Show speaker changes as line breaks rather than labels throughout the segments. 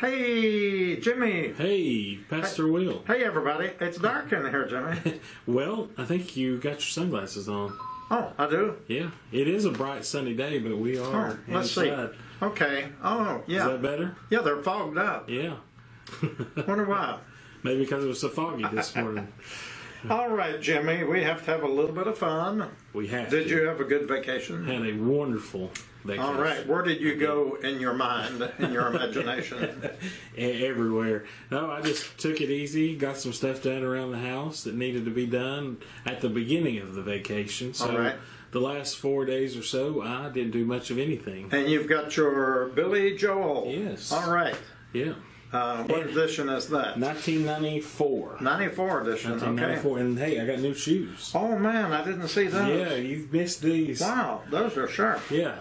Hey, Jimmy.
Hey, Pastor Will.
Hey, everybody. It's dark in here, Jimmy.
Well, I think you got your sunglasses on.
Oh, I do.
Yeah, it is a bright sunny day, but we are
Oh, let's see.
inside.
Okay. Oh,
Is
yeah.
that better?
Yeah, they're fogged up.
Yeah.
Wonder why.
Maybe because it was so foggy this morning.
All right, Jimmy. We have to have a little bit of fun.
We have.
Did
to.
you have a good vacation?
Had a wonderful vacation.
All right. Where did you go in your mind, in your imagination?
E- everywhere. No, I just took it easy, got some stuff done around the house that needed to be done at the beginning of the vacation. So
All right.
the last four days or so, I didn't do much of anything.
And you've got your Billy Joel.
Yes.
All right.
Yeah.
Uh, what edition is that?
1994.
94 edition. Okay.
1994. And hey, I got new shoes.
Oh, man. I didn't see those.
Yeah, you've missed these.
Wow. Those are sharp.
Yeah.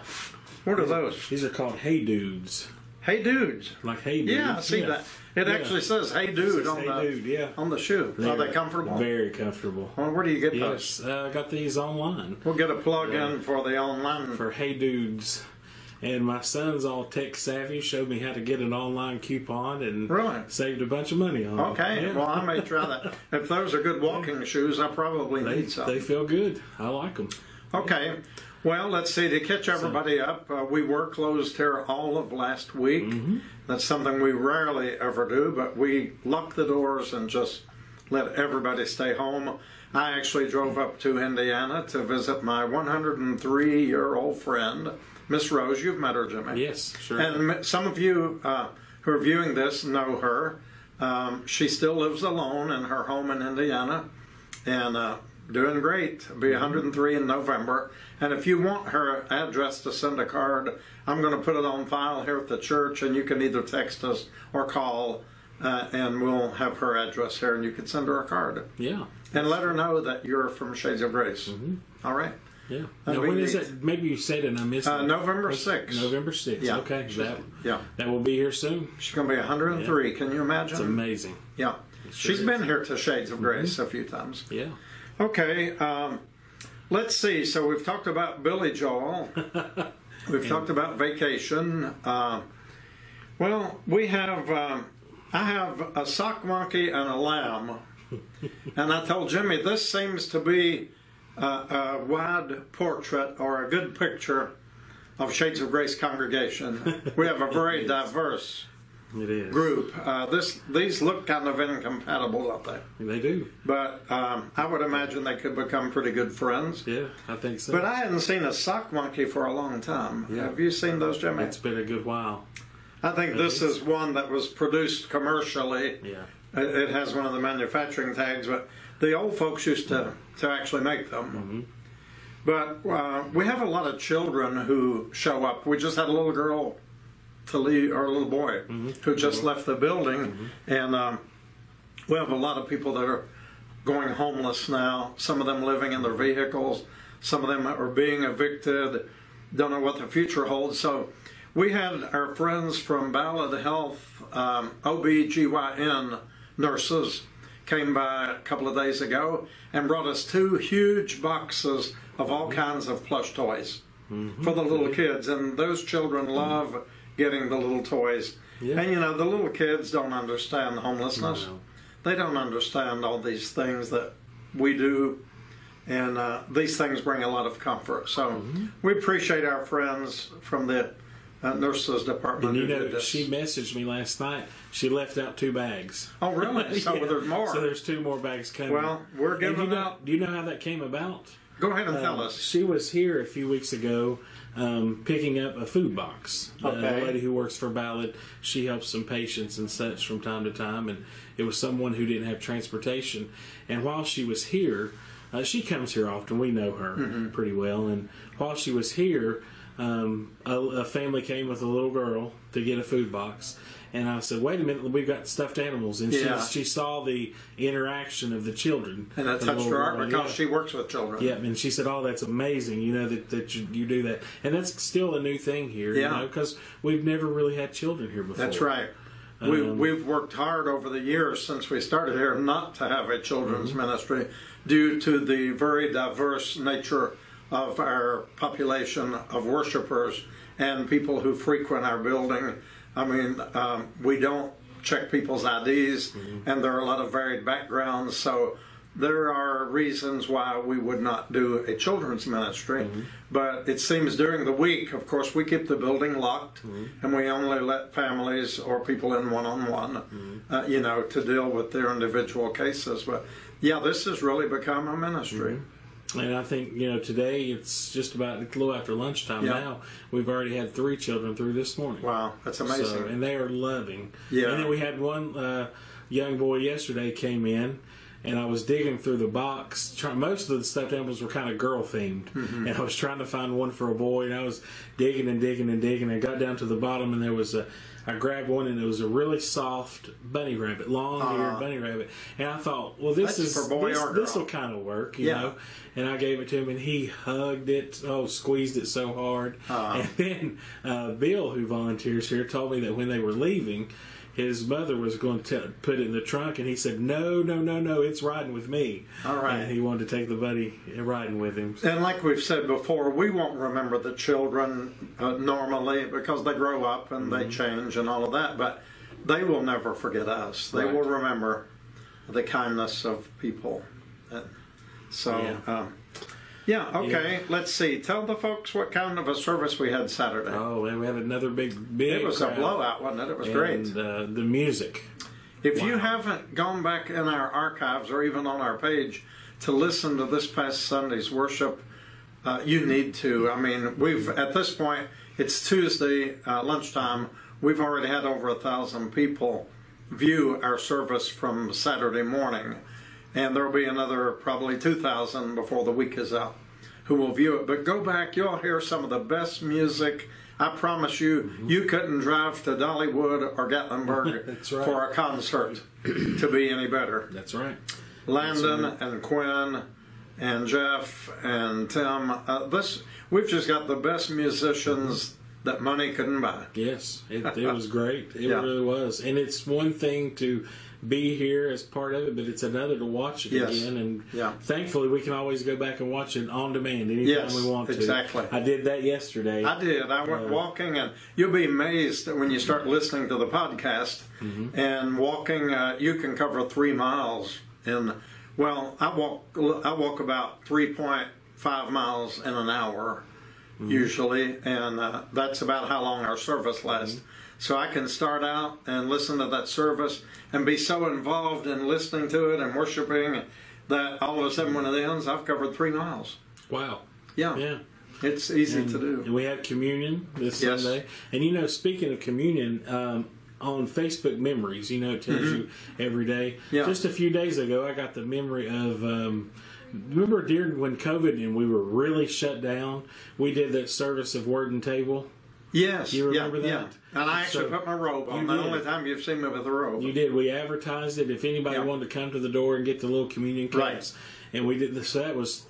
What are those?
These are called Hey Dudes.
Hey, dudes.
Like Hey Dudes.
Yeah, I see that. It
Yeah.
actually says "Hey, dude"
says,
on
"Hey,
the
dude," yeah.
on the shoe. Are they comfortable? Oh,
Very comfortable.
Well, where do you get those?
Yes, uh, I got these online
We'll get a plug in for the online.
for Hey Dudes. And my son's all tech savvy, showed me how to get an online coupon and
Really?
saved a bunch of money on
okay,
it. Yeah.
well I may try that. If those are good walking shoes, I probably
they,
need
they
some.
feel good. I like them.
Okay, well let's see. To catch everybody up, uh, we were closed here all of last week. That's something we rarely ever do, but we locked the doors and just let everybody stay home. I actually drove up to Indiana to visit my 103 year old friend, Miss Rose. You've met her, Jimmy.
Yes, sure.
And m- some of you uh, who are viewing this know her. Um, she still lives alone in her home in Indiana and uh, doing great. Be 103 in November. And if you want her address to send a card, I'm going to put it on file here at the church, and you can either text us or call, uh, and we'll have her address here, and you can send her a card.
yeah.
And let her know that you're from Shades of Grace. All right.
Yeah.
I
Now,
mean,
when is
these-
it? Maybe you said it and I missed
Uh,
it.
November 6th.
November 6th.
Yeah.
Okay. That,
Yeah.
that will be here soon.
She's going to be 103. Can you imagine?
It's amazing.
Yeah.
sure
She's
is. Mm-hmm.
been here to Shades of Grace a few times.
Yeah.
Okay, um, let's see. So we've talked about Billy Joel. we've talked about vacation. Uh, well, we have. Um, I have a sock monkey and a lamb, and I told Jimmy this seems to be a, a wide portrait or a good picture of Shades of Grace congregation. We have a very diverse
It is.
group. Uh, this these look kind of incompatible, don't they?
They do.
But um, I would imagine they could become pretty good friends.
Yeah, I think so.
But I hadn't seen a sock monkey for a long time.
Yeah.
Have you seen those, Jimmy?
it's been a good while.
I think this is one that was produced commercially.
Yeah.
It, it has one of the manufacturing tags, but the old folks used to, to actually make them.
Mm-hmm.
But uh, we have a lot of children who show up. We just had a little girl to leave, or a little boy
Mm-hmm.
who just left the building, and um, we have a lot of people that are going homeless now. Some of them living in their vehicles. Some of them are being evicted. Don't know what the future holds. So we had our friends from Ballad Health, um, OBGYN nurses, came by a couple of days ago and brought us two huge boxes of all kinds of plush toys for the little kids. And those children love getting the little toys.
Yeah.
And you know, the little kids don't understand homelessness
No.
they don't understand all these things that we do, and uh, these things bring a lot of comfort. So
Mm-hmm.
we appreciate our friends from the uh, nurses department.
You
who did
know,
this.
she messaged me last night. She left out two bags.
oh, really? So
Yeah.
there's more.
So there's two more bags coming.
Well, we're
And you
giving
know,
out-
Do you know how that came about?
Go ahead and tell
Um,
us.
She was here a few weeks ago um, picking up a food box. Uh, The
Okay.
lady who works for Ballad, she helps some patients and such from time to time, and it was someone who didn't have transportation. And while she was here, uh, she comes here often. We know her
Mm-hmm.
pretty well. And while she was here, um, a, a family came with a little girl to get a food box. And I said, "Wait a minute, we've got stuffed animals." And
Yeah.
she, she saw the interaction of the children,
And that
the
touched
little
her heart
girl.
because
uh, Yeah.
she works with children.
Yeah, and she said, "Oh, that's amazing. You know that that you, you do that, and that's still a new thing here.
Yeah.
you know, because we've never really had children here before.
That's right. We, we've worked hard over the years since we started here not to have a children's ministry due to the very diverse nature of our population of worshipers and people who frequent our building. I mean, um, we don't check people's IDs, and there are a lot of varied backgrounds. So there are reasons why we would not do a children's ministry. But it seems during the week, of course, we keep the building locked, and we only let families or people in one-on-one, uh, you know, to deal with their individual cases. But yeah, this has really become a ministry.
And I think you know today it's just about a little after lunchtime
Yeah.
now. We've already had three children through this morning.
Wow, that's amazing.
So, and they are loving.
Yeah.
And then we had one uh, young boy yesterday came in, and I was digging through the box. Try, most of the stuffed animals were kind of girl themed,
Mm-hmm.
and I was trying to find one for a boy. And I was digging and digging and digging, and got down to the bottom, and there was a. I grabbed one, and it was a really soft bunny rabbit, long-eared
Aw.
bunny rabbit. And I thought, well, this
Ah. That's
is
for boy
this,
or
this
girl.
will kind of work, you
Yeah.
know. And I gave it to him, and he hugged it, oh, squeezed it so hard. And then uh, Bill, who volunteers here, told me that when they were leaving, his mother was going to put it in the trunk, and he said, "No, no, no, no, it's riding with me."
All right.
And he wanted to take the buddy riding with him.
And like we've said before, we won't remember the children uh, normally because they grow up and
Mm-hmm.
they change and all of that, but they will never forget us. They
Right.
will remember the kindness of people. Uh, So,
Yeah.
yeah, um, yeah okay, let's see. Tell the folks what kind of a service we had Saturday.
Oh, and we had another big, big.
it was
crowd.
a blowout, wasn't it? It was great.
And uh, the music.
If you
Wow.
haven't gone back in our archives or even on our page to listen to this past Sunday's worship, uh, you need to. I mean, we've at this point it's Tuesday uh, lunchtime. We've already had over a thousand people view our service from Saturday morning, and there'll be another probably two thousand before the week is out who will view it. But go back, you'll hear some of the best music. I promise you,
Mm-hmm.
you couldn't drive to Dollywood or Gatlinburg
That's right.
for a concert to be any better.
That's right.
Landon and Quinn and Jeff and Tim, uh, this we've just got the best musicians that money couldn't buy.
Yes, it, it was great. It
Yeah.
really was, and it's one thing to be here as part of it, but it's another to watch it
Yes.
again. And
Yeah.
thankfully, we can always go back and watch it on demand anytime
Yes,
we want to.
exactly.
I did that yesterday.
I did. I went walking, and you'll be amazed that when you start listening to the podcast
Mm-hmm.
and walking, uh, you can cover three miles. In well, I walk. I walk about three point five miles in an hour,
Mm-hmm.
usually, and uh, that's about how long our service lasts. So I can start out and listen to that service and be so involved in listening to it and worshiping that all of a sudden when it ends, I've covered three miles.
Wow.
Yeah,
Yeah.
it's easy to do.
And we had communion this
Yes.
Sunday. And you know, speaking of communion, um, on Facebook Memories, you know, it tells you every day.
Mm-hmm. Yeah.
Just a few days ago, I got the memory of. Um, remember during when COVID and we were really shut down, we did that service of Word and Table.
Yes.
You remember
yeah,
that?
Yeah. And I actually
So,
put my robe on.
you
The
did.
only time you've seen me with a robe.
You did. We advertised it. If anybody
Yeah.
wanted to come to the door and get the little communion cups,
Right.
and we did this. So that was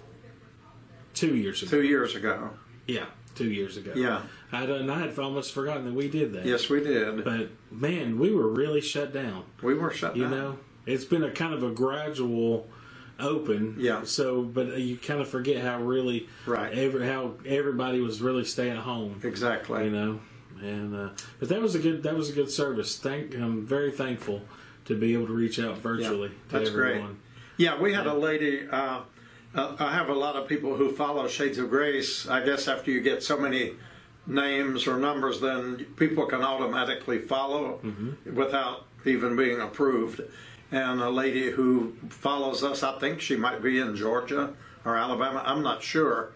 two years ago.
Two years ago.
Yeah, two years ago.
Yeah.
I done. I had almost forgotten that we did that.
Yes, we did.
But man, we were really shut down.
we were shut
You
down.
know, it's been a kind of a gradual open.
Yeah.
So, but you kind of forget how really
Right.
every, how everybody was really stay at home.
Exactly.
You know, and uh, but that was a good that was a good service. Thank I'm very thankful to be able to reach out virtually to
That's great.
everyone.
Yeah, we had a lady. Uh, uh, I have a lot of people who follow Shades of Grace. I guess after you get so many names or numbers, then people can automatically follow
Mm-hmm.
without even being approved. And a lady who follows us, I think she might be in Georgia or Alabama. I'm not sure.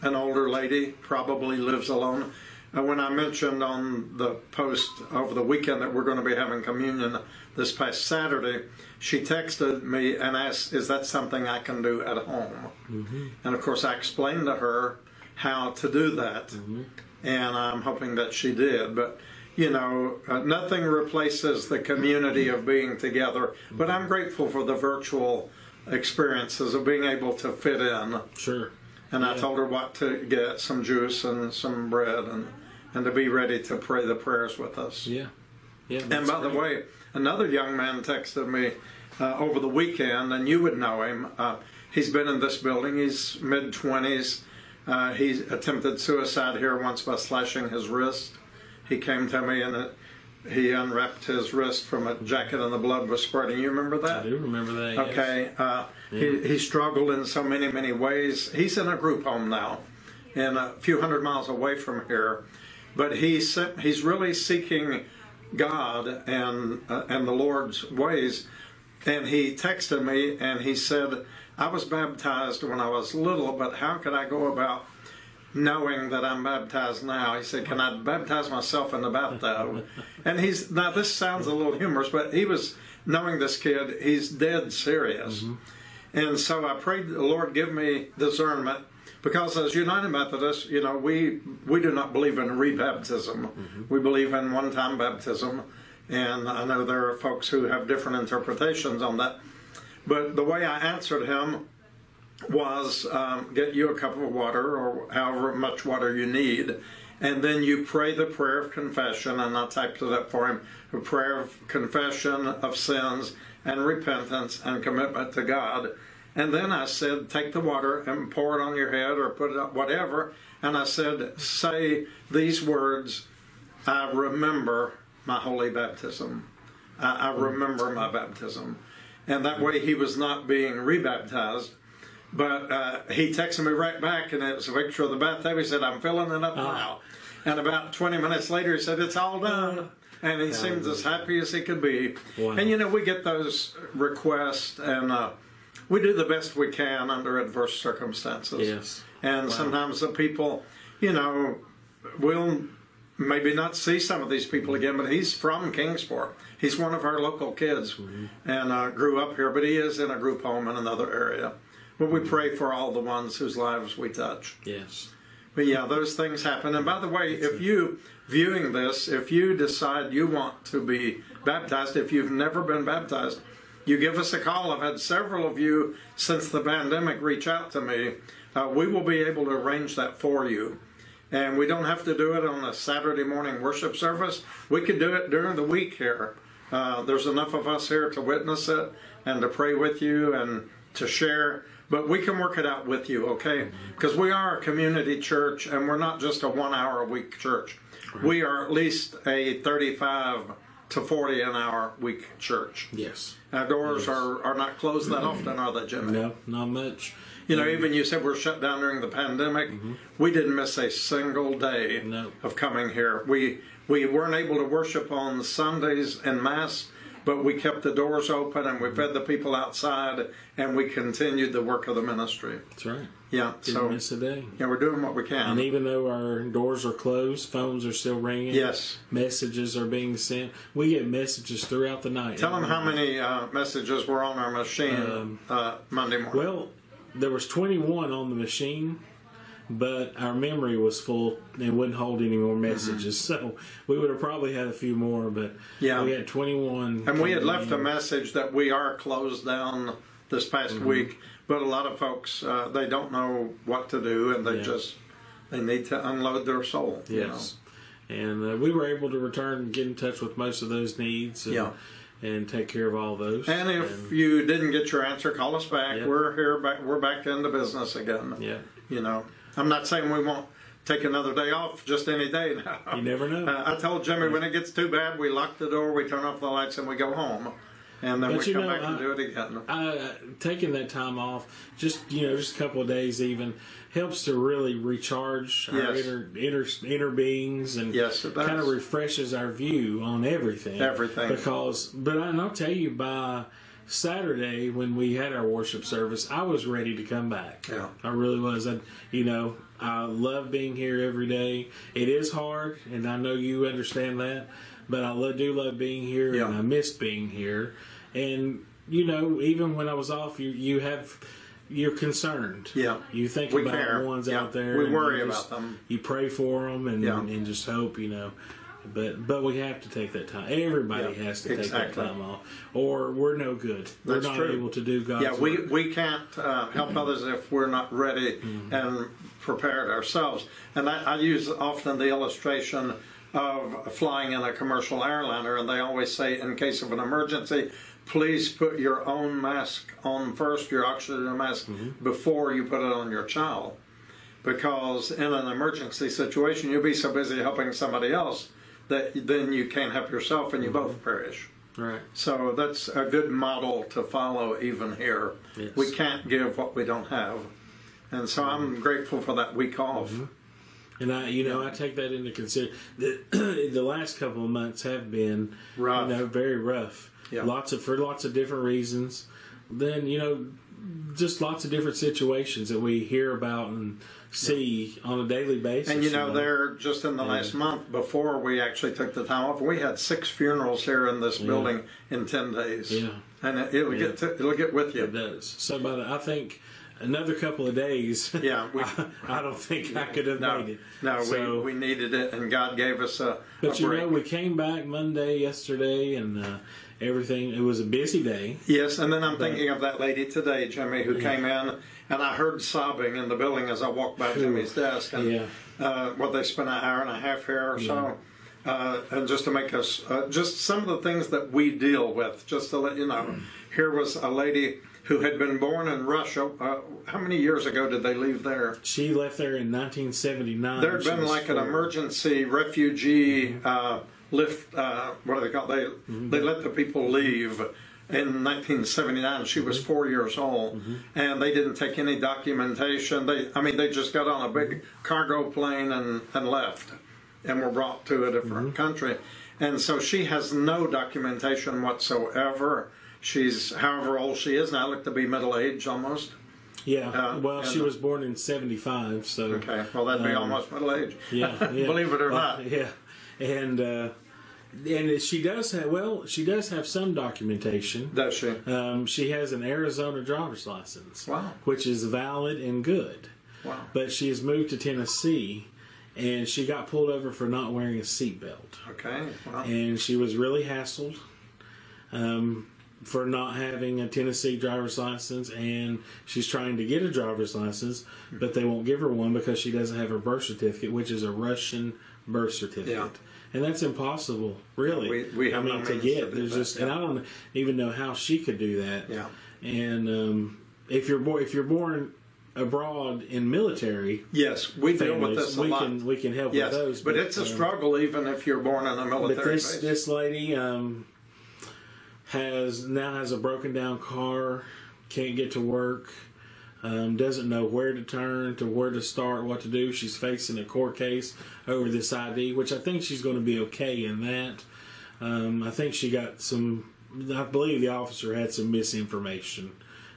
An older lady probably lives alone. And when I mentioned on the post over the weekend that we're going to be having communion this past Saturday, she texted me and asked, Is that something I can do at home? And of course, I explained to her how to do that. And I'm hoping that she did. But, you know, uh, nothing replaces the community of being together. But I'm grateful for the virtual experiences of being able to fit in.
Sure.
And I told her what to get some juice and some bread and, and to be ready to pray the prayers with us.
Yeah. Yeah.
and
that's
by the
great.
way, another young man texted me uh, over the weekend, and you would know him. Uh, he's been in this building, he's mid 20s. Uh, he attempted suicide here once by slashing his wrist. He came to me and uh, he unwrapped his wrist from a jacket and the blood was spurting. You remember that?
I do remember that. yes.
Okay. Uh, he, he struggled in so many, many ways. He's in a group home now, and a few hundred miles away from here. But he's, he's really seeking God and, uh, and the Lord's ways. And he texted me and he said, I was baptized when I was little, but how could I go about knowing that I'm baptized now. He said, "Can I baptize myself in the bathtub?" and he's now this sounds a little humorous, but he was knowing this kid. He's dead serious, and so I prayed, the "Lord, give me discernment." Because as United Methodists, you know, we we do not believe in rebaptism. We believe in one-time baptism, and I know there are folks who have different interpretations on that. But the way I answered him was um, get you a cup of water or however much water you need, and then you pray the prayer of confession. And I typed it up for him a prayer of confession of sins and repentance and commitment to God. And then I said, take the water and pour it on your head or put it up, whatever. And I said, say these words I remember my holy baptism. I, I remember my baptism. And that way he was not being rebaptized. But uh, he texted me right back, and it was a picture of the bathtub. He said, "I'm filling it up now." And about 20 minutes later, he said, "It's all done." And he seems as happy as he could be.
Wow.
And you know, we get those requests, and uh, we do the best we can under adverse circumstances.
Yes.
And sometimes the people, you know, will maybe not see some of these people again, but he's from Kingsport. He's one of our local kids and uh, grew up here, but he is in a group home in another area. But we pray for all the ones whose lives we touch.
Yes.
But yeah, those things happen. And by the way, if you viewing this, if you decide you want to be baptized, if you've never been baptized, you give us a call. I've had several of you since the pandemic reach out to me. Uh, we will be able to arrange that for you. And we don't have to do it on a Saturday morning worship service. We could do it during the week here. Uh, there's enough of us here to witness it and to pray with you and to share. But we can work it out with you, okay? Because we are a community church and we're not just a one hour a week church. We are at least a 35 to 40 an hour week church.
Yes.
Our doors are, are not closed that often, are they, Jimmy?
No, not much.
You know, even you said we're shut down during the pandemic. We didn't miss a single day
Mm-hmm. No.
of coming here. We we weren't able to worship on Sundays in mass, but we kept the doors open and we fed the people outside and we continued the work of the ministry.
That's right.
Yeah,
Didn't
so
miss a day.
yeah, we're doing what we
And
can.
even though our doors are closed, phones are still ringing.
Yes.
Messages are being sent. We get messages throughout the night.
Tell them how many uh, messages were on our machine
Um,
uh, Monday morning.
Well, there was 21 on the machine, but our memory was full and wouldn't hold any more messages. So we would have probably had a few more, but
Mm-hmm. Yeah.
we had 21.
And we had left a message that we are closed down this past
Mm-hmm.
week, but a lot of folks uh, they don't know what to do, and they
Yeah.
just they need to unload their soul. you know.
Yes. And uh, we were able to return and get in touch with most of those needs and,
Yeah.
and take care of all those.
And if you didn't get your answer, call us back.
Yeah.
We're here back. We're back in the business again.
yeah.
You know, I'm not saying we won't take another day off. Just any day now.
You never know.
Uh, I told Jimmy when it gets too bad, we lock the door, we turn off the lights, and we go home, and then
But
we
you
come
know,
back and
I-
do it again.
uh, taking that time off, just you know, just a couple of days even, helps to really recharge our
Yes.
inner, inner inner beings and
Yes, it does.
kind of refreshes our view on everything.
Everything.
because, but I, and I'll tell you by. Saturday when we had our worship service, I was ready to come back.
Yeah.
I really was. I, you know, I love being here every day. It is hard, and I know you understand that, but I lo- do love being here,
Yeah.
and I miss being here. And you know, even when I was off, you you have you're concerned.
Yeah.
you think
We
about
care.
the ones
Yeah.
out there.
We
and
worry
you just-
about them.
You pray for them, and
Yeah.
and just hope you know. But but we have to take that time. Everybody
Yeah,
has to take
exactly.
that time off, or we're no good. we're
That's
not
true.
able to do God's
Yeah, we,
work. Mm-hmm.
we can't uh, help others if we're not ready and prepared ourselves. And I, I use often the illustration of flying in a commercial airliner, and they always say, in case of an emergency, please put your own mask on first, your oxygen mask,
Mm-hmm.
before you put it on your child. Because in an emergency situation, you'll be so busy helping somebody else that then you can't help yourself and you
Mm-hmm.
both perish.
Right.
So that's a good model to follow even here.
Yes.
We can't give what we don't have. And so I'm
Mm-hmm.
grateful for that week off.
And I, you know, I take that into consider. The, the last couple of months have been
Rough.
you know, very rough.
Yeah.
Lots of for lots of different reasons. Then you know, just lots of different situations that we hear about and see on a daily basis.
And you know, there just in the last month before we actually took the time off, we had six funerals here in this building in ten days.
Yeah.
and it, it'll get to, it'll get with
it
you.
does. So, by the, I think another couple of days.
Yeah, we-
I, I don't think I could have
No,
made it.
no,
So-
we, we needed it, and God gave us a,
But
a
you
break.
know, we came back Monday yesterday, and uh, everything. It was a busy day.
yes, and then I'm thinking of that lady today, Jimmy, who came in, and I heard sobbing in the building as I walked by Jimmy's desk, and
Yeah.
uh, well, they spent an hour and a half here or so. Uh, and just to make us, uh, just some of the things that we deal with, just to let you know, here was a lady who had been born in Russia. Uh, how many years ago did they leave there?
She left there in 1979.
There had
She
been
was
like an
four.
emergency refugee
Mm-hmm.
uh, lift. Uh, what do they call? They they let the people leave in 1979. She was
Mm-hmm.
four years old, and they didn't take any documentation. They, I mean, they just got on a big cargo plane and and left, and were brought to a different
Mm-hmm.
country. And so she has no documentation whatsoever. She's however old she is now, I look to be middle aged almost.
Yeah.
uh,
well, she
and-
was born in 75, so.
Okay, well that'd be almost middle aged.
Um, Yeah. yeah.
believe it or
Well,
not.
Yeah. And uh, and she does have well, she does have some documentation.
Does she?
Um, she has an Arizona driver's license,
Wow.
which is valid and good.
Wow.
But she has moved to Tennessee, and she got pulled over for not wearing a seatbelt.
Okay. Well,
and she was really hassled um, for not having a Tennessee driver's license, and she's trying to get a driver's license, but they won't give her one because she doesn't have her birth certificate, which is a Russian birth certificate.
Yeah.
And that's impossible, really.
We- we
I
have no
mean, to
means to
get
do
there's
that,
just, and
yeah.
I don't even know how she could do that.
Yeah.
And um, if you're born, if you're born abroad in military
yes, we deal with
families,
this a
we
lot.
can we can help
yes,
with those.
but, it's a
um,
struggle even if you're born in a military
but this
base.
this lady um, has now has a broken down car, can't get to work, um, doesn't know where to turn, to where to start, what to do. She's facing a court case over this ID, which I think she's going to be okay in that. Um, I think she got some. I believe the officer had some misinformation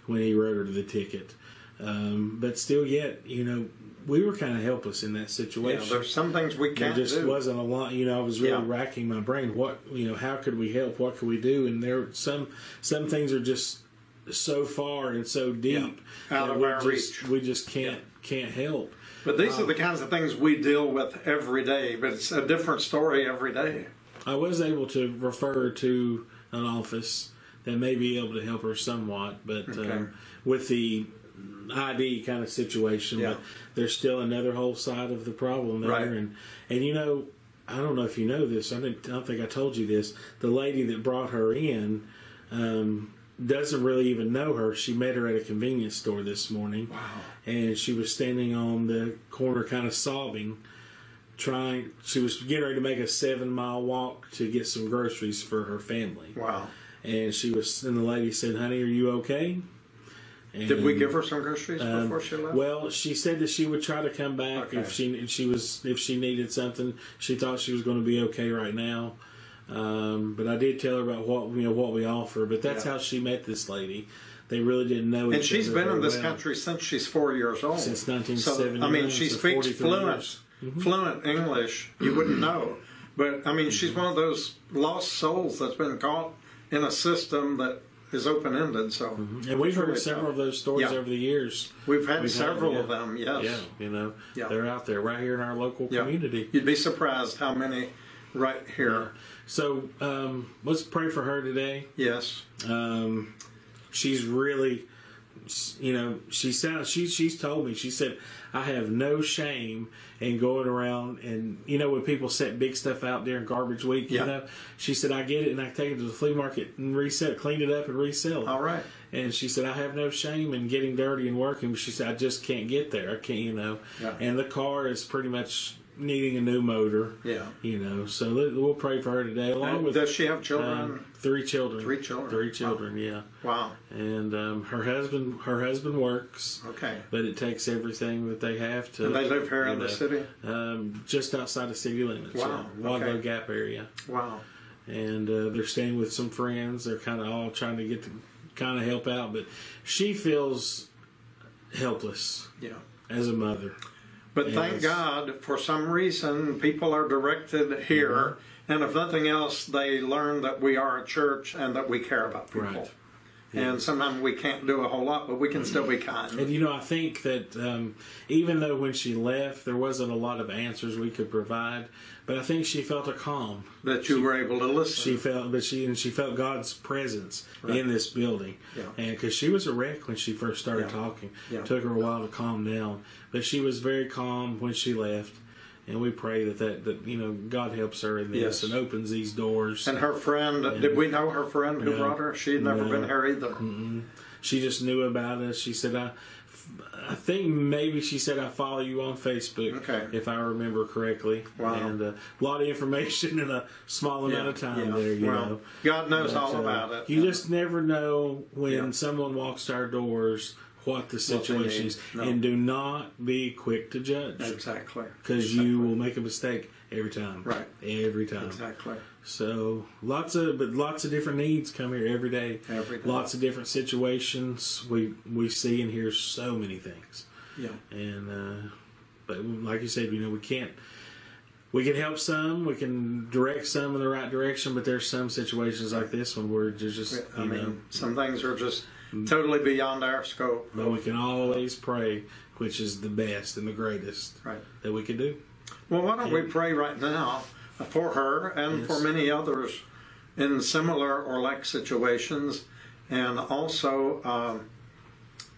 when he wrote her the ticket. Um, but still, yet you know, we were kind of helpless in that
yeah,
situation
there's some things we
there
can't
just
do.
wasn't a lot. You know, I was really
Yeah.
racking my brain. What you know, how could we help? What could we do? And there some some things are just so far and so deep
Yeah. Out
that
of
we
our
just
reach.
we just can't can't help.
but these
um,
are the kinds of things we deal with every day. But it's a different story every day.
I was able to refer to an office that may be able to help her somewhat, but um, with the ID kind of situation,
Yeah.
but there's still another whole side of the problem there,
Right.
and and you know, I don't know if you know this. I didn't. I don't think I told you this. The lady that brought her in. Um, doesn't really even know her. She met her at a convenience store this morning. Wow. And she was standing on the corner kind of sobbing trying she was getting ready to make a seven mile walk to get some groceries for her family
Wow.
and she was and the lady said honey are you okay and,
Did we give her some groceries
um,
before she left?
well she said that she would try to come back
Okay.
if she if she was if she needed something she thought she was going to be okay right now um, but I did tell her about what you know what we offer but that's
Yeah.
how she met this lady they really didn't know
and she's been in this
well.
country since she's four years old.
Since
So, I
1979,
mean, she
so
speaks
43
fluent,
years. Mm-hmm.
fluent English. You wouldn't know. But, I mean, she's
Mm-hmm.
one of those lost souls that's been caught in a system that is open ended. So,
and we've heard
really
several
tough.
of those stories
Yeah.
over the years
We've had
Mm-hmm. We've had,
several
yeah.
of them, yes.
Yeah, you know,
Yeah.
they're out there right here in our local
Yeah.
community.
You'd be surprised how many right here.
So um, let's pray for her today.
Yes.
Um, she's really, you know, she sounds. She she's told me. She said, "I have no shame in going around and you know when people set big stuff out during garbage week. You
Yeah.
know, she said I get it and I take it to the flea market and resell, it, clean it up and resell it.
All right.
And she said, I have no shame in getting dirty and working. But she said, I just can't get there. I can't, you know.
Yeah.
And the car is pretty much needing a new motor.
Yeah.
You know, so let- we'll pray for her today, along with
Does she have children?
um, three children.
Three children.
Three children. Yeah.
wow.
And um, her husband, her husband works,
Okay.
but it takes everything that they have to.
And they live here
you
in the
know,
city?
um, just outside of city limits.
Wow,
yeah, Wadlow
okay.
Gap area,
Wow.
and uh, they're staying with some friends. They're kind of all trying to get to kind of help out, but she feels helpless
Yeah.
as a mother.
But thank
Yes.
God, for some reason, people are directed here.
Mm-hmm.
And if nothing else, they learn that we are a church and that we care about people.
Right.
And sometimes we can't do a whole lot, but we can still be
And
kind.
you know, I think that um, even though when she left, there wasn't a lot of answers we could provide, but I think she felt a calm.
That you were able to
She
listen.
felt, but she and she felt God's presence in this building,
Yeah.
and because she was a wreck when she first started
Yeah.
talking,
Yeah.
took her a while to calm down. But she was very calm when she left, and we pray that that, that you know God helps her in this
Yes.
and opens these doors.
and her friend, did we know her friend who
No.
brought her? She had never
No. Mm-hmm.
been here either.
she just knew about us. She said, "I, I think maybe she said I follow you on Facebook,
Okay.
if I remember correctly."
Wow.
and uh, a lot of information in a small amount of time there, you
well,
know.
God knows all
But, uh,
about it.
You just never know when
Yeah.
someone walks to our doors what the
What they need.
situation is,
No.
and do not be quick to judge
Exactly.
because you will make a mistake every time.
Right.
every time.
Exactly.
So lots of but lots of different needs come here every day.
Every day.
Lots of different situations. We we see and hear so many things.
Yeah.
And uh, but like you said, you know, we can't we can help some, we can direct some in the right direction, but there's some situations like this one where there's just
I
you
mean,
know Mm-hmm.
some things are just totally beyond our scope.
but we can always pray, which is the best and the greatest
Right.
that we can do.
Well, why don't we pray right now for her and for
Yes.
many others in similar or like situations? And also, um,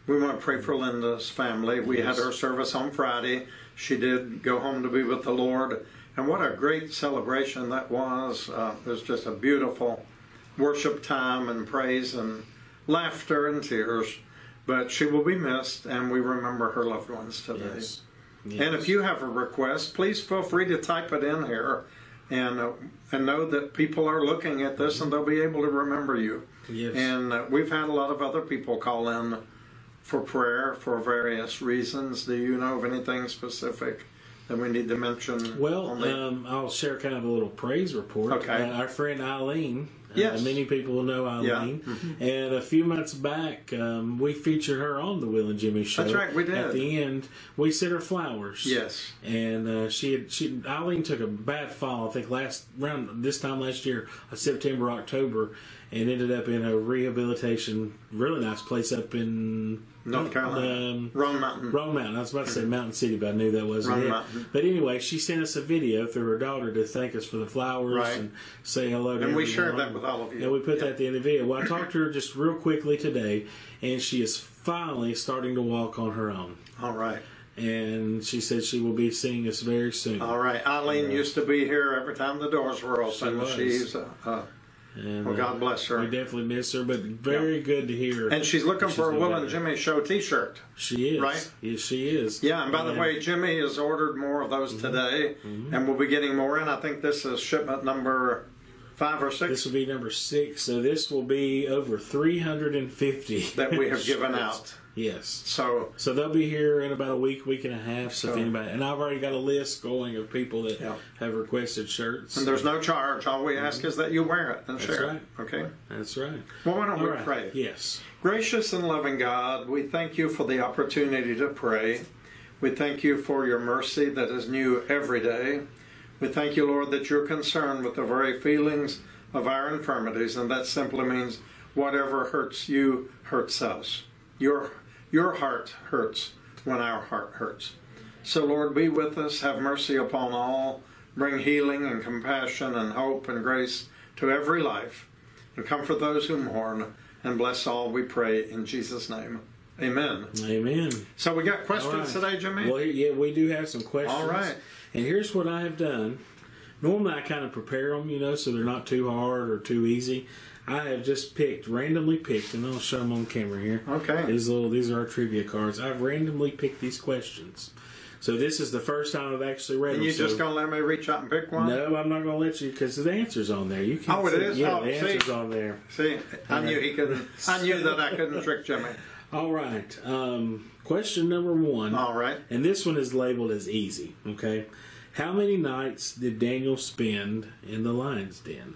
we want to pray for Linda's family. We
Yes.
had her service on Friday. She did go home to be with the Lord. And what a great celebration that was. Uh, it was just a beautiful worship time and praise and laughter and tears. But she will be missed, and we remember her loved ones today.
Yes.
And if you have a request, please feel free to type it in here, and uh, and know that people are looking at this and they'll be able to remember you.
Yes.
And uh, we've had a lot of other people call in for prayer for various reasons. Do you know of anything specific that we need to mention? on
Well,
the-
um, I'll share kind of a little praise report.
Okay.
Uh, our friend Eileen.
Yes. Mm-hmm.
Uh, many people will know Eileen. And a few months back, um, we featured her on the Will and Jimmy show.
That's right, we did.
At the end, we sent her flowers.
yes,
And uh, she had, she Eileen took a bad fall. I think last round this time last year, uh, September October, and ended up in a rehabilitation, really nice place up in
North Carolina,
Um,
Wrong Mountain.
Wrong Mountain. I was about to
Mm-hmm.
say Mountain City, but I knew that wasn't
Wrong
it.
Mountain.
But anyway, she sent us a video through her daughter to thank us for the flowers
Right.
and say hello to
And we
everyone.
shared that with all of you.
And we put that at the end of the video. Well, I talked to her just real quickly today, and she is finally starting to walk on her own.
All right,
And she said she will be seeing us very soon.
all right. Eileen used to be here every time the doors were open.
was.
She's uh, uh,
and,
well,
uh,
God bless her.
We definitely miss her, but very good to hear.
and she's looking for a
doing
Will and
better.
Jimmy Show T-shirt.
She is.
Right?
Yes, she is.
Yeah, and by the way, Jimmy has ordered more of those
Mm-hmm.
today, and we'll be getting more in. I think this is shipment number five or
This
six
will be number six, so this will be over 350
that we have given out.
Yes.
So,
So they'll be here in about a week, week and a half. So if
Sure.
anybody, and I've already got a list going of people that
Yeah.
have requested shirts.
and there's no charge. All we ask is that you wear it and share
Mm-hmm. right.
it. Okay?
That's right.
Well, why don't
All
we
right.
pray?
Yes.
Gracious and loving God, we thank you for the opportunity to pray. We thank you for your mercy that is new every day. We thank you, Lord, that you're concerned with the very feelings of our infirmities, and that simply means whatever hurts you hurts us. Your, your heart hurts when our heart hurts. So, Lord, be with us, have mercy upon all, bring healing and compassion and hope and grace to every life and comfort those who mourn, and bless all, we pray, in Jesus' name. Amen.
Amen.
So we got
All
questions
right.
today, Jimmy?
Well, yeah, we do have some questions.
All right.
And here's what I have done. Normally, I kind of prepare them, you know, so they're not too hard or too easy. I have just picked, randomly picked, and I'll show them on camera here.
Okay.
These little, these are our trivia cards. I've randomly picked these questions. So this is the first time I've actually read
And
them.
you
so-
just gonna let me reach out and pick one?
no, I'm not going to let you because the answer's on there. You can't
Oh, it
see-
is?
Yeah,
Oh,
the
see.
answer's on there.
See, I knew he couldn't. I knew that I couldn't trick Jimmy.
All right. Um, question number one.
All right.
And this one is labeled as easy. Okay. How many nights did Daniel spend in the lion's den?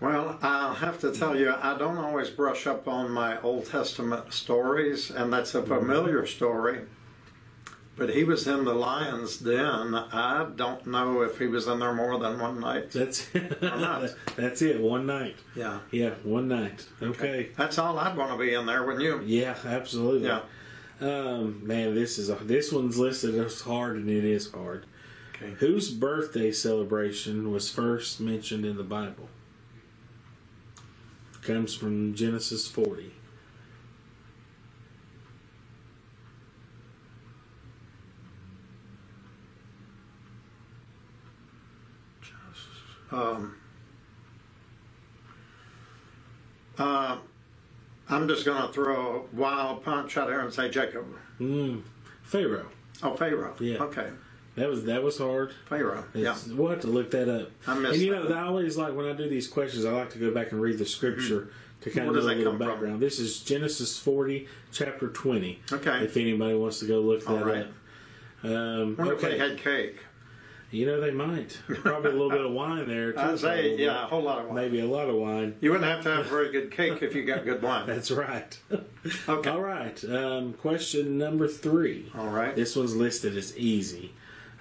Well, I'll have to tell you, I don't always brush up on my Old Testament stories, and that's a familiar story. But he was in the lion's den. I don't know if he was in there more than one night.
That's
night.
that's it. One night.
Yeah.
Yeah, one night. Okay.
That's all I'd want to be in there, wouldn't you?
Yeah, absolutely.
Yeah.
Um, man, this is a, this one's listed as hard, and it is hard.
Okay.
Whose birthday celebration was first mentioned in the Bible? Comes from Genesis 40.
Um, uh, I'm just going to throw a wild punch out here and say Jacob.
Mm, Pharaoh.
Oh, Pharaoh.
Yeah.
Okay.
That was that was hard.
Pharaoh. Yeah.
It's- We'll have to look that up.
I missed
and you
that.
know, I always like when I do these questions, I like to go back and read the scripture to
Mm-hmm. Where
kind of
does
know a
that
little
come from?
background. This is Genesis 40, chapter 20.
Okay.
If anybody wants to go look that
All right.
up. Um,
Wonder if
okay.
they had cake.
you know, they might. Probably a little bit of wine there, too.
I'd say,
probably.
yeah, a whole lot of wine.
Maybe a lot of wine.
You wouldn't have to have very good cake if you got good wine.
That's right.
Okay.
All right. Um, question number three.
All right.
This one's listed as easy.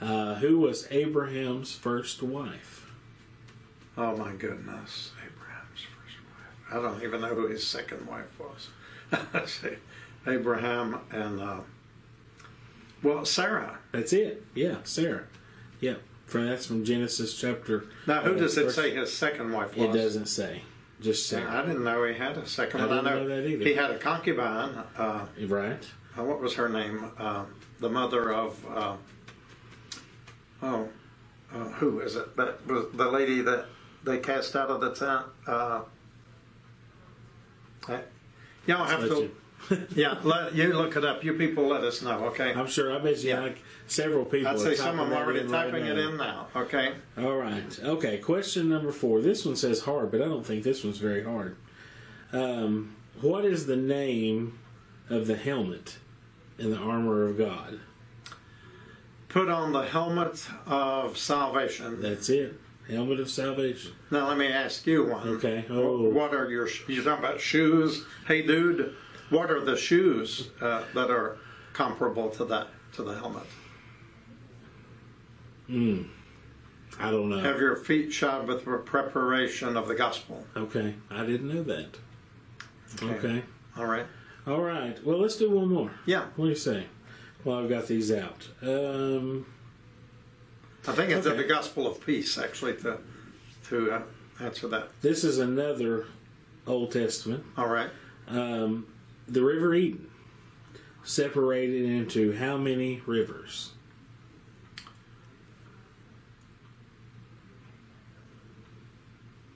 Uh, who was Abraham's first wife?
Oh my goodness, Abraham's first wife. I don't even know who his second wife was. Let's see, Abraham and uh, well, Sarah.
That's it. Yeah, Sarah. Yeah, from that's from Genesis chapter.
Now, who
uh,
does it
first-
say his second wife was?
It doesn't say. Just
I
Sarah.
didn't know he had a second
I
one. I
didn't
know,
know that either.
he had a concubine. Uh,
Right.
uh, what was her name? Uh, the mother of uh, oh, uh, who is it? That was the lady that they cast out of the tent. Uh, I, y'all have
Let
to.
you-
Yeah, let, you look it up. You people let us know, okay?
I'm sure. I bet you
Yeah.
like several people.
I'd
are
say some of them
typing that
already
in right
typing it
now.
in now, okay?
All right. Okay. Question number four. This one says hard, but I don't think this one's very hard. Um, what is the name of the helmet in the armor of God?
Put on the helmet of salvation.
That's it. Helmet of salvation.
Now let me ask you one.
Okay. Oh.
What are your? You talking about shoes? Hey, dude, what are the shoes uh, that are comparable to that to the helmet?
I don't know.
Have your feet shod with the preparation of the gospel.
Okay. I didn't know that. okay.
All right.
All right. Well, let's do one more.
Yeah,
What do you say? Well, I've got these out. Um,
I think it's
Okay.
the gospel of peace actually to to uh, answer that.
this is another Old Testament.
All right.
Um, the River Eden separated into how many rivers?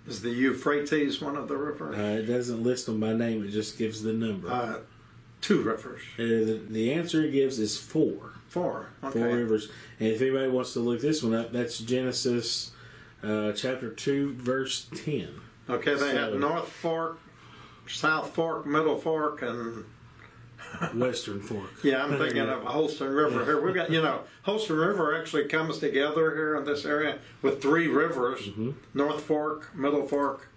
Is the Euphrates one of the rivers?
Uh, it doesn't list them by name. It just gives the number. Uh,
Uh, two rivers.
the, the answer it gives is four.
Four. Okay.
Four rivers. And if anybody wants to look this one up, that's Genesis uh, chapter two, verse ten.
Okay, they
So-
had North Fork, South Fork, Middle Fork, and
Western Fork.
yeah, I'm thinking of Holston River here. We've got, you know, Holston River actually comes together here in this area with three rivers
Mm-hmm.
North Fork, Middle Fork,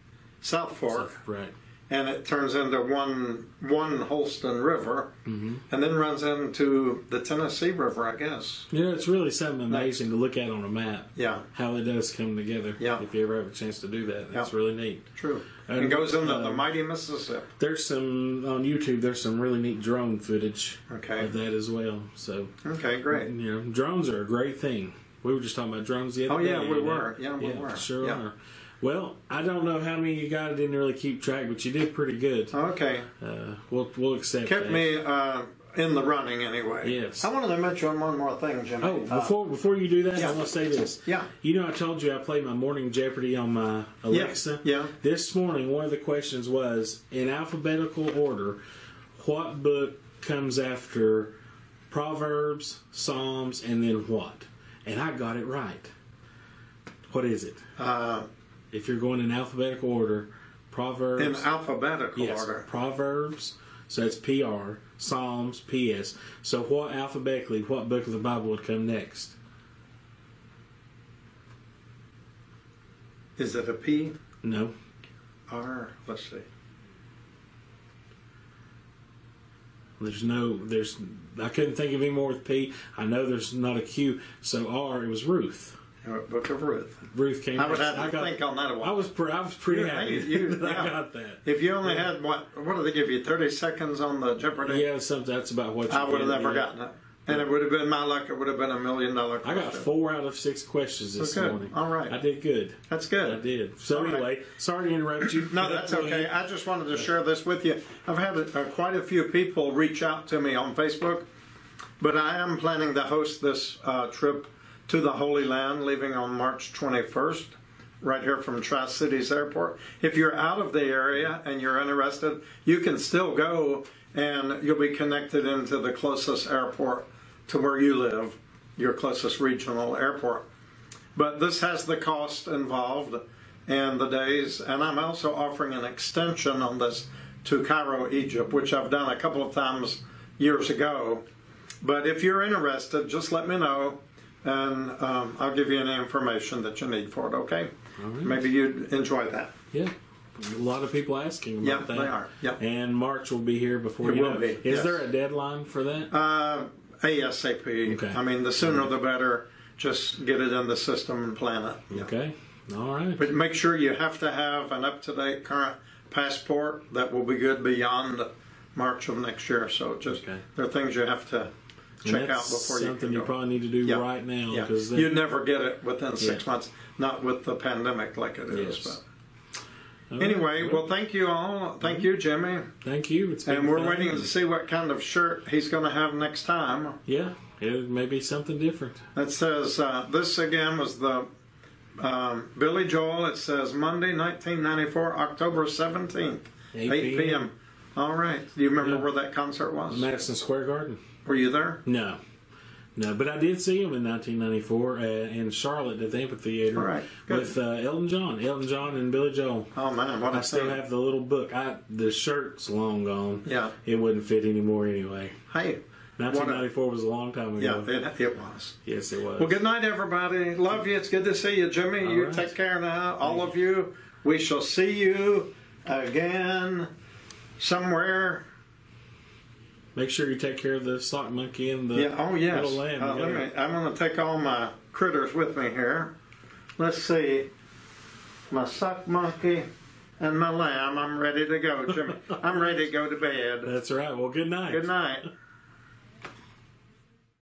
South Fork,
Right.
and it turns into one one Holston River
Mm-hmm.
and then runs into the Tennessee River, I guess.
You know, it's really something amazing to look at on a map.
Yeah,
How it does come together.
Yeah.
If you ever have a chance to do that, that's
Yeah.
really neat.
true.
And,
and goes into the
um,
mighty Mississippi.
There's some on YouTube. There's some really neat drone footage
Okay.
of that as well. So
Okay, great.
you know, drones are a great thing. We were just talking about drones the other
Oh,
day.
yeah, we
you know?
were. Yeah, we were.
Sure
Yeah.
are. Well, I don't know how many you got. I didn't really keep track, but you did pretty good.
Okay.
Uh, we'll we'll accept.
kept
that.
me uh, in the running anyway.
Yes.
I wanted to mention one more thing, Jimmy.
Oh,
Uh,
before before you do that,
yeah.
I want to say this.
Yeah.
You know, I told you I play my morning Jeopardy on my Alexa.
yeah.
This morning, one of the questions was in alphabetical order. what book comes after Proverbs, Psalms, and then what? And I got it right. What is it?
Uh,
If you're going in alphabetical order, Proverbs.
in alphabetical
Yes,
order.
Proverbs. So it's PR, Psalms, PS. So what alphabetically, what book of the Bible would come next?
Is it a P?
No,
R? Let's see.
there's no, there's. I couldn't think of any more with P. I know there's not a Q. So R, it was Ruth.
Uh, Book of Ruth.
Ruth came.
I would
first.
have to think on that one.
I was pre- I was pretty
You're
happy
right, you-
that I
yeah.
got that.
If you only had what? What did they give you? Thirty seconds on the Jeopardy.
Yeah, something that's about what you
I would have
did,
never
yeah.
gotten it, and it would have been my luck. It would have been a million dollar.
I got
question.
four out of six questions this
Okay,
morning.
all right.
I did good.
That's
I
good.
did. So
All right.
anyway, sorry to interrupt you.
No, that's okay. I just wanted to share this with you. I've had uh, quite a few people reach out to me on Facebook, but I am planning to host this uh, trip to the Holy Land, leaving on March 21st, right here from Tri Cities Airport. If you're out of the area and you're interested, you can still go and you'll be connected into the closest airport to where you live, your closest regional airport. But this has the cost involved and the days, and I'm also offering an extension on this to Cairo, Egypt, which I've done a couple of times years ago. But if you're interested, just let me know, and um, I'll give you any information that you need for it. Okay? Maybe you'd enjoy that.
Yeah. A lot of people asking about
Yeah,
that.
they are. Yeah.
And March will be here before
It
you
will
know.
be,
Is
yes.
there a deadline for that?
Uh, ASAP.
Okay.
I mean, the sooner the better. Just get it in the system and plan it. Yeah.
okay. All right.
But make sure you have to have an up to date current passport that will be good beyond March of next year. So just
Okay.
there are things you have to
And
check out
that's
before you
something
can
you,
go.
probably need to do
Yeah.
right now
yeah.
because
you never get it within six
Yeah.
months, not with the pandemic like it is.
Yes.
But anyway, well, thank you all. Thank you, Jimmy.
mm-hmm. thank you. It's been
And we're
fun.
waiting to see what kind of shirt he's going to have next time.
Yeah, it may be something different.
That says uh, this again was the um, Billy Joel. It says Monday, 1994, October 17th, 8
8
p.m. All right. Do you remember
Yeah.
where that concert was?
Madison Square Garden.
Were you there?
No. No, but I did see him in 1994 uh, in Charlotte at the amphitheater
All right, good.
with uh, Elton John, Elton John and Billy Joel.
Oh man, what
I
a
still
thing!
have the little book. I the shirt's long gone.
Yeah.
it wouldn't fit anymore anyway.
hey,
1994 was a long time
yeah,
ago.
it, it was.
yes, it was.
Well, good night, everybody. Love you. It's good to see you, Jimmy.
All
you
right.
take care now, all of you. We shall see you again somewhere.
Make sure you take care of the sock monkey and the
Yeah. Oh yes.
little lamb.
Uh,
You
let
gotta-
me, I'm going to take all my critters with me here. Let's see. My sock monkey and my lamb. I'm ready to go, Jimmy. I'm ready to go to bed.
That's right. Well, good night.
Good night.